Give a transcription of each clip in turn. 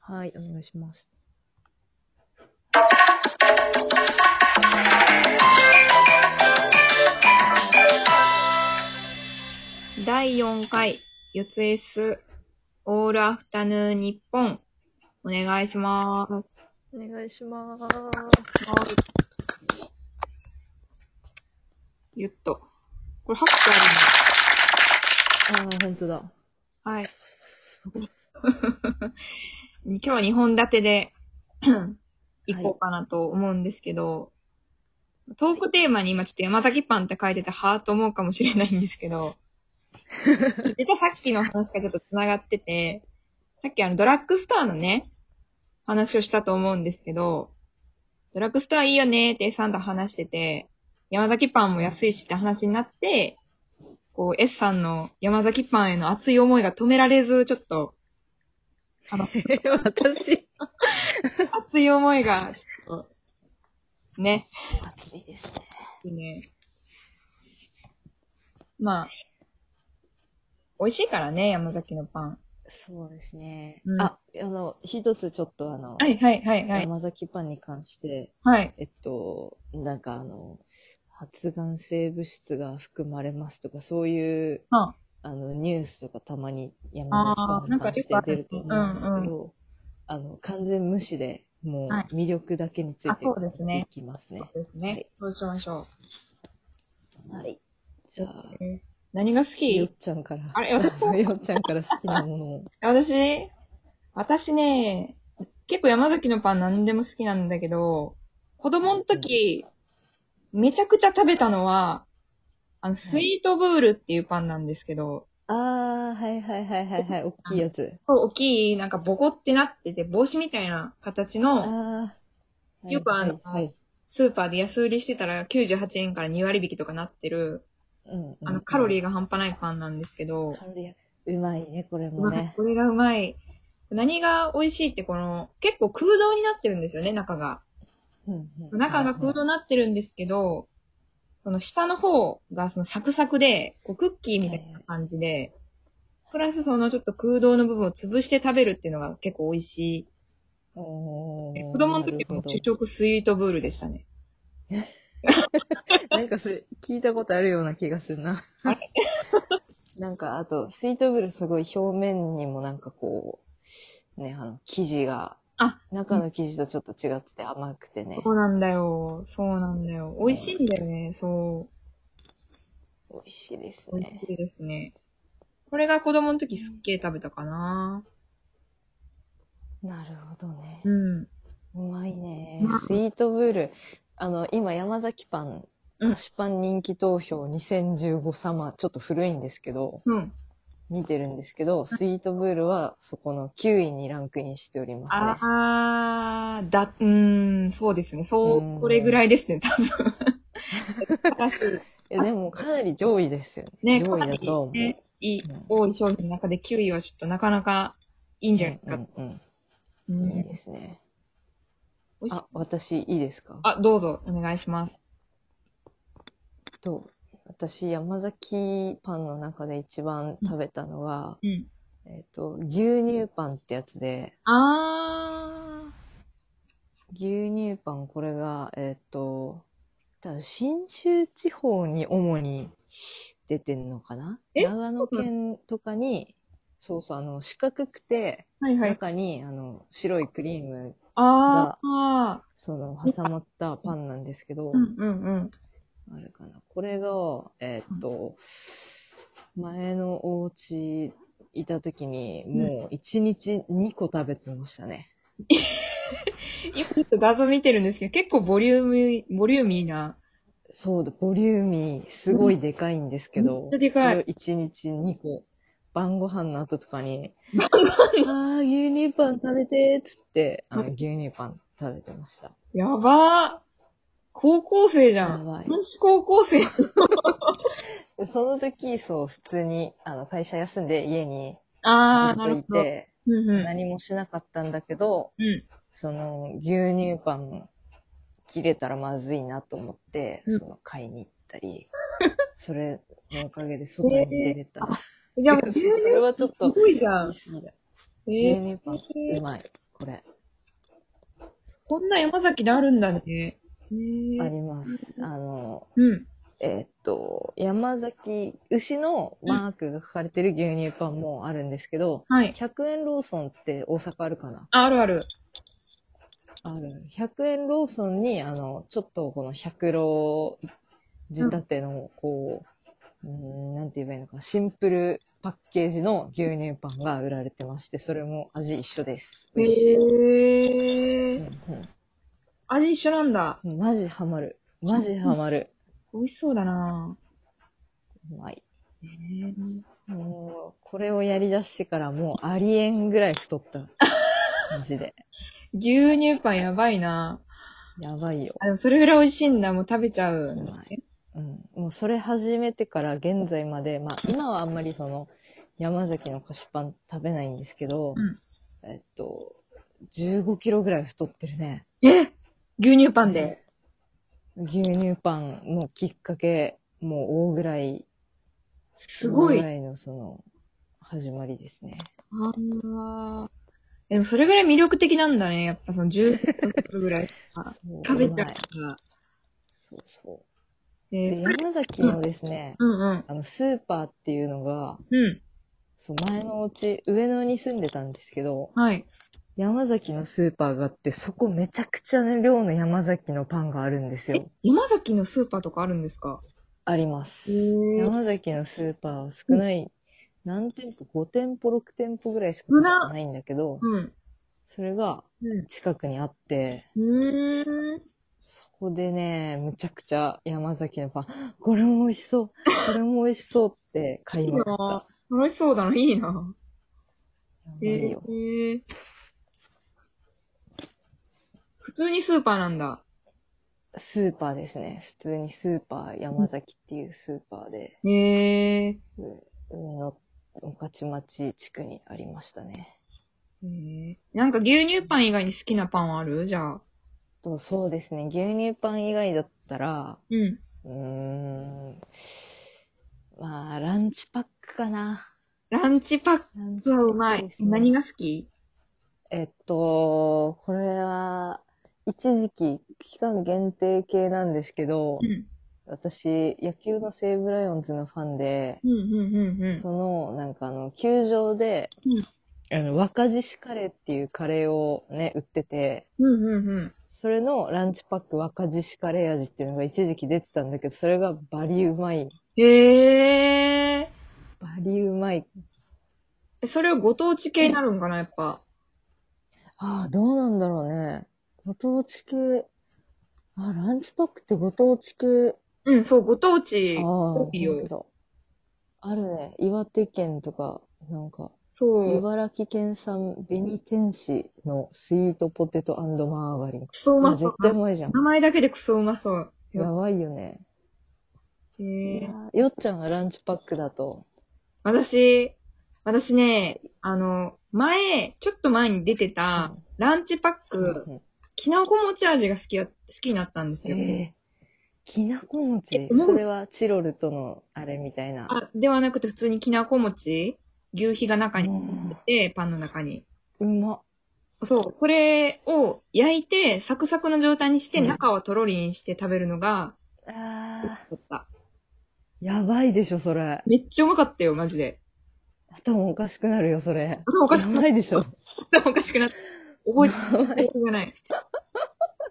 はい、お願いします。第4回、四つ S、オールアフタヌーン日本、お願いします。お願いします。ゆっと。これ8個あああ、ほんとだ。るの はい。今日は2本立てで行こうかなと思うんですけど、トークテーマに今ちょっと山崎パンって書いてて、はぁと思うかもしれないんですけど、実はさっきの話がちょっと繋がってて、さっきあのドラッグストアのね、話をしたと思うんですけど、ドラッグストアいいよねーってサンと話してて、山崎パンも安いしって話になって、こう S さんの山崎パンへの熱い思いが止められず、ちょっと、あの、 私。熱い思いが、ちょっとね、暑いですね。いいね。まあ、美味しいからね、山崎のパン。そうですね。うんあ、あの、一つちょっとあの、はいはいはいはい。山崎パンに関して、はい。えっと、なんかあの、発がん性物質が含まれますとか、そういう、ああの、ニュースとかたまに山崎パンに関してあーなんかよくある出ると思うんですけど、あうんの、完全無視で、もうはい魅力だけについあてそうですねいきますね。そうですね。はいそうしましょはい。じゃあ、う。えー何が好よっきちゃんから。あれ私よっちゃんから好きなものを。私、私ね、結構山崎のパン何でも好きなんだけど、子供の時、めちゃくちゃ食べたのは、あの、スイートブールっていうパンなんですけど、 あー、はいはいはいはいはい、 大きいやつ。そう、大きい、なんかボコってなってて、帽子みたいな形あーの、はい。よくあのはい。スーパーで安売りしてたら98円から2割引きとかなってる、うん、あの、カロリーーが半端ないパンなんですけど、カロリーがうまいね、これうもまいね。これがうまい。何が美味しいってこの、結構空洞になってるんですよね、中が。うんうん中が空洞になってるんですけど、その下の方がそのサクサクで、こうクッキーみたいな感じで、プラスそのちょっと空洞の部分を潰して食べるっていうのが結構美味しおい。ー子供の時はもう主食スイートブールでしたね。なんかそれ、聞いたことあるような気がするな。 なんか、あと、スイートブルすごい表面にもなんかこう、ね、あの、生地が、あ中の生地とちょっと違ってて甘くてねそ、うなんだよ。そうなんだよ。美味しいんだよね。そ美味しいですう。美味ね。しいですね。これが子供の時すっげえ食べたかな。なるほどねう。ん。うまいねうまい。スイートブール。あの、今、山崎パン、うん菓子パン人気投票2015様、ちょっと古いんですけど、うん。見てるんですけど、スイートブールはそこの9位にランクインしておりますね。あー、だ、うーん、そうですね。そうーう、んこれぐらいですね、多分。正しいやでもかなり上位ですよい。ね、ね。か上位なだとり、思う。ね、いいうん、多い商品の中で9位はちょっとなかなかいいんじゃないか。うんうんううんん、いいですね。美味しいあ、私いいですかあ、どうぞ、お願いします。と、私山崎パンの中で一番食べたのは、うん。えっ、と、牛乳パンってやつで、あ牛乳パンこれが、えっ、と、多分信州地方に主に出てんのかなえ長野県とかに、そうそう、あの、四角くて、ー、はいはい。中に、あの、白いクリームあー、その、挟まったパンなんですけど、うんうんうん。あれかな。これが、えーっと、前のお家いた時に、もう1日2個食べてましたね。今ちょっと画像見てるんですけど、結構ボリューム、ボリューミーな。そうだ、ボリューミー、すごいでかいんですけめっどちゃ、でかいこれを1日2個、晩ご飯の後とかに、ああ、牛乳パン食べてーっつって、あの、うん牛乳パン食べてました。やばー。高校生じゃやん。ばい男子高校生。でその時、そう、普通に、あの、会社休んで家にあずー、っなとるいほど。て、うんうん。何もしなかったんだけど、うん。その牛乳パン切れたらまずいなと思って、うんその買いに行ったり、それのおかげで外に出れた。じゃあもう牛乳それはちょっとすごいじゃん。牛乳ええパンうまい。これ。こんな山崎であるんだね。へーあります。あの、うん。えーっと、山崎牛のマークが書かれてる牛乳パンもあるんですけど、はい。 100円ローソンって大阪あるかなあ、あるある。ある。100円ローソンに、あの、ちょっとこの100ロ仕立ての、こう、うん、なんて言えばいいのか、シンプルパッケージの牛乳パンが売られてまして、それも味一緒です。美味しい。へうえ。ん味一緒なんだ。うん、マジハマる。マジハマる。美味しそうだなうまい。へえ。もう、これをやり出してからもうありえんぐらい太った。マジで。牛乳パンやばいなやばいよ。あ、でもそれぐらい美味しいんだ。もう食べちゃう。うまいうん。もうそれ始めてから現在まで、まあ今はあんまりその、山崎の菓子パン食べないんですけど、えっと、15キロぐらい太ってるね。え牛乳パンで。牛乳パンのきっかけ、もう大ぐらい、すごい。大ぐあらいのその、始まりですね。ーでもそれぐらい魅力的なんだね。やっぱその10分ぐら い。あそう食べちゃうまいうから。そうそう。えでー、山崎のですね、うんうん。あの、スーパーっていうのが、うそう、前のうち、上野に住んでたんですけど、ん。はい。山崎のスーパーがあって、そこめちゃくちゃな量の山崎のパンがあるんですえよ。、山崎のスーパーとかあるんですかあります。へー山崎のスーパーは少ない、何店舗 ?5 店舗、6店舗ぐらいしか少なないんだけど、うん。それがう近くにあって、ん。うーん。そこでね、むちゃくちゃ山崎のパン、これも美味しそう、これも美味しそうって買いいいましなた。ぁ楽しそうだな。いいなやばぁいえよー。普通にスーパーなんだ。スーパーですね。普通にスーパー、山崎っていうスーパーで。へえ。上野御徒町地区にありましたね。へーなんか牛乳パン以外に好きなパンはあるじゃあ。とそうですね、牛乳パン以外だったら、うん。うーん、まあ、ランチパックかな。ランチパッランチパクッはクうまいで。すね何が好きえっと、これは、一時期、期間限定系なんですけど、ん。私、野球の西武ライオンズのファンで、うんうんうんうん。その、なんかあの、球場で、あの、若獅子カレーっていうカレーをね、売ってて、うんうんうん。それのランチパック若獅子カレー味っていうのが一時期出てたんだけど、それがバリうまい。へえ。バリうまい。それをご当地系になるんかな、やっぱ。ああ、どうなんだろうね。ご当地系。あ、ランチパックってご当地系。うん、そう、ご当地ああ、。ほ多いよんとだあるね。岩手県とか、なんか、そう。茨城県産紅天使のスイートポテトマーガリン。クソうまあまそ絶う。対うまいじゃん。名前だけでクソうまそう。やばいよね。へいえや。ーよっちゃんはランチパックだと。私、私ね、あの、前、ちょっと前に出てた、ランチパック、うんきなこ餅味が好きや、好きになったんですよ。ええきなこ餅えもうそれはチロルとのあれみたいな。あ、ではなくて普通にきなこ餅牛皮が中にう入んってて、パンの中に。うま。そう。これを焼いて、サクサクの状態にして、うん中はとろりにして食べるのが、あだった。ーやばいでしょ、それ。めっちゃうまかったよ、マジで。頭おかしくなるよ、それ。頭おかしくやばいでしょ。おかしくなった。覚えてや記憶がない。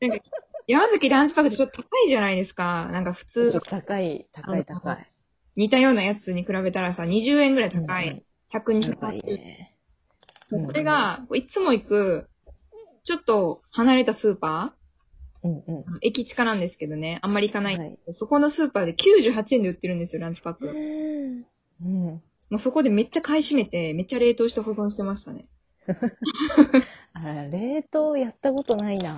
なんか、山崎ランチパックってちょっと高いじゃないですか。なんか普ばいちょっ通と、 高い、高い、高い。似たようなやつに比べたらさ、20円ぐらい高うんい。や120ばい円。ね。それが、いつも行く、ちょっと離れたスーパうんうん。ー駅近なんですけどね、あんまり行かない。はいそこのスーパーで98円で売ってるんですよ、ランチパック。うん。もうそこでめっちゃ買い占めて、めっちゃ冷凍して保存してましたね。あら、冷凍やったことないな。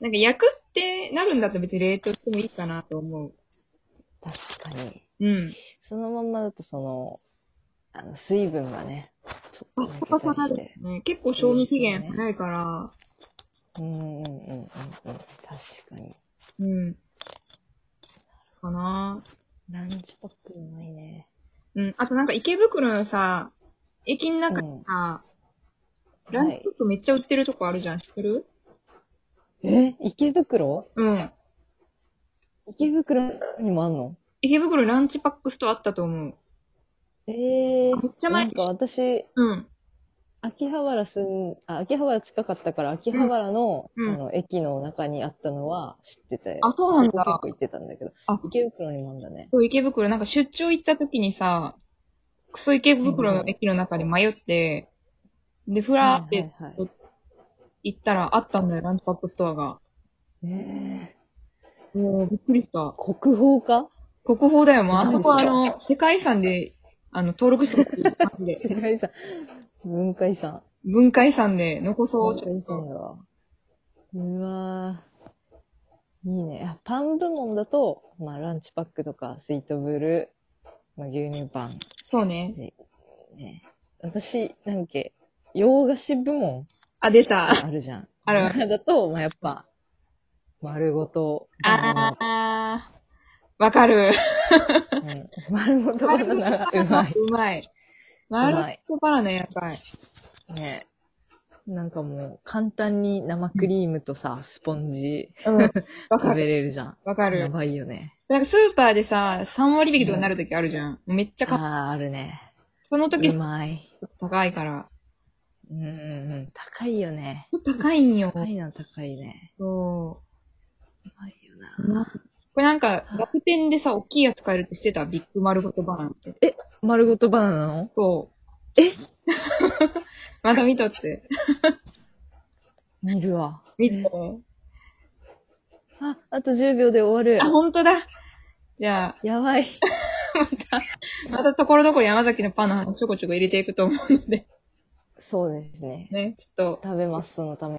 なんか焼くってなるんだったら別に冷凍してもいいかなと思う。確かに。うん。そのまんまだと、その、あの、水分がね、ちょっと抜パけサたパサりしだて。よね。結構賞味期限早いから、うんうんうんうんうん。確かに。うん。かなランチパックうまいね。うん。あとなんか池袋のさ、駅の中にさ、ランチパックめっちゃ売ってるとこあるじゃん、知ってるえ池袋うん。池袋にもあんの池袋ランチパックストアあったと思う。ええめっちゃ前なんか私、うん。秋葉原住ん、あ、秋葉原近かったから、秋葉原の、うんうんあの、駅の中にあったのは知ってて。あ、そうなん結だ。構行ってたんだけど。あ池袋にもあんだね。そう、池袋、なんか出張行った時にさ、クソ池袋の駅の中で迷って、で、ふらーっはいてはいはい行ったらあったんだよ、ランチパックストアが。ええもう、びっくりした。国宝か国宝だよ、もう。あそこマはあジかの、世界遺産で、あの、登録してほしい。マ ジで。世界遺産。文化遺産。文化遺産で残そう、文ち化ょ遺っと。産だわ。うわーいいね。あパン部門だと、まあ、ランチパックとか、スイートブルー、まあ、牛乳パン、そうね。ね。私、なんか、洋菓子部門あ、出た。あるじゃん。あるあだと、まあ、やっぱ、丸ごとバあナあー、わかる。ナ。うん丸ごとバナナがうまい。うまい。マルトバナナやばい。ね。なんかもう、簡単に生クリームとさ、スポンジうん。わか食る。べれるじゃん。わかやる。ばいよね。なんかスーパーでさ、3割引きとかになるときあるじゃん。めっちゃか、ああー、あるね。そのう時まい。高いから。うんうんうん。高いよね。高いんよ。高いな、高いね。そうまいよう。な。これなんか、楽天でさ、大きいやつ買えるってしてたビッグ丸ごとバナナって。丸ごとバナナなのそう。えまた見とって。見るわ。見て。あ、あと10秒で終わるあ、。ほんとだ。じゃあ、やばい。またところどころ山崎のパンの話ちょこちょこ入れていくと思うので、そうですね。ね、ちょっと食べます、そのために